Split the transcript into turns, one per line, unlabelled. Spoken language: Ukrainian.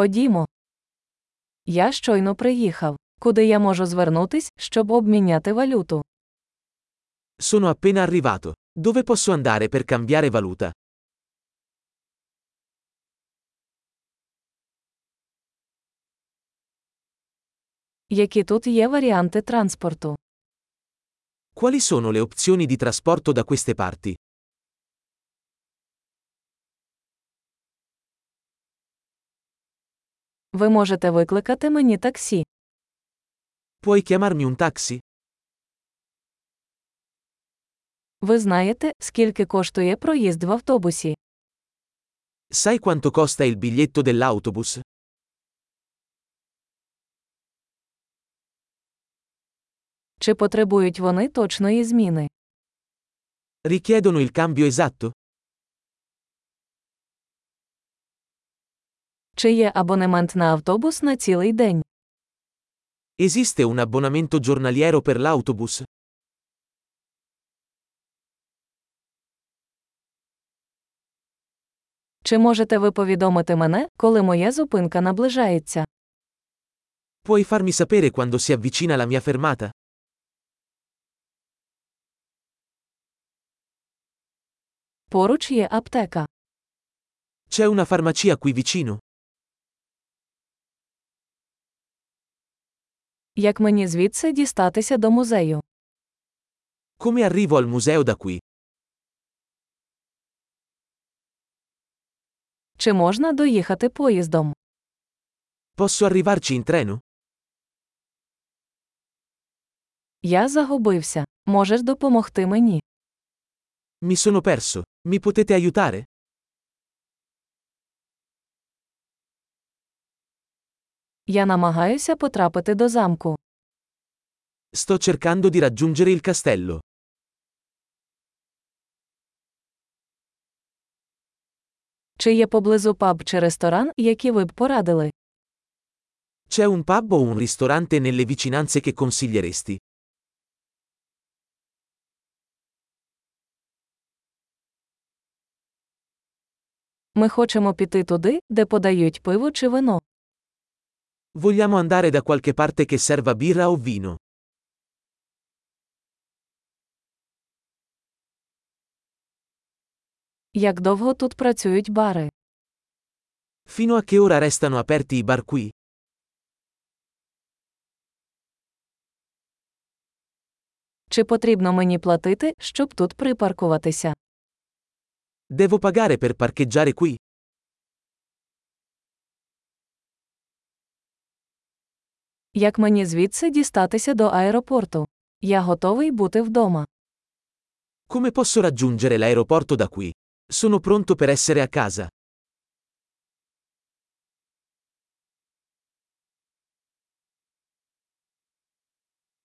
Ходімо. Я щойно приїхав. Куди я можу звернутись, щоб обміняти валюту?
Sono appena arrivato. Dove posso andare per cambiare valuta?
Які тут є варіанти транспорту?
Quali sono le opzioni di trasporto da queste parti?
Ви можете викликати мені таксі.
Puoi chiamarmi un taxi?
Ви знаєте, скільки коштує проїзд в автобусі?
Sai quanto costa il biglietto dell'autobus?
Чи потребують вони точної зміни?
Richiedono il cambio esatto?
Чи є абонемент на автобус на цілий день?
Esiste un abbonamento giornaliero per l'autobus?
Чи можете ви повідомити мене, коли моя зупинка наближається?
Puoi farmi sapere quando si avvicina la mia fermata?
Поруч є аптека.
C'è una farmacia qui vicino?
Як мені звідси дістатися до музею?
Come arrivo al museo da qui?
Чи можна доїхати поїздом?
Posso arrivarci in treno?
Я загубився. Можеш допомогти мені?
Mi sono perso. Mi potete aiutare?
Я намагаюся потрапити до замку.
Sto cercando di raggiungere il castello.
Чи є поблизу паб чи ресторан, які ви б порадили?
C'è un pub o un ristorante nelle vicinanze che consiglieresti?
Ми хочемо піти туди, де подають пиво чи вино.
Vogliamo andare da qualche parte che serva birra o vino.
Як довго тут працюють бари?
Fino a che ora restano aperti i bar qui?
Чи потрібно мені платити, щоб тут припаркуватися?
Devo pagare per parcheggiare qui?
Як мені звідси дістатися до аеропорту? Я готовий бути вдома.
Come posso raggiungere l'aeroporto da qui? Sono pronto per essere a casa.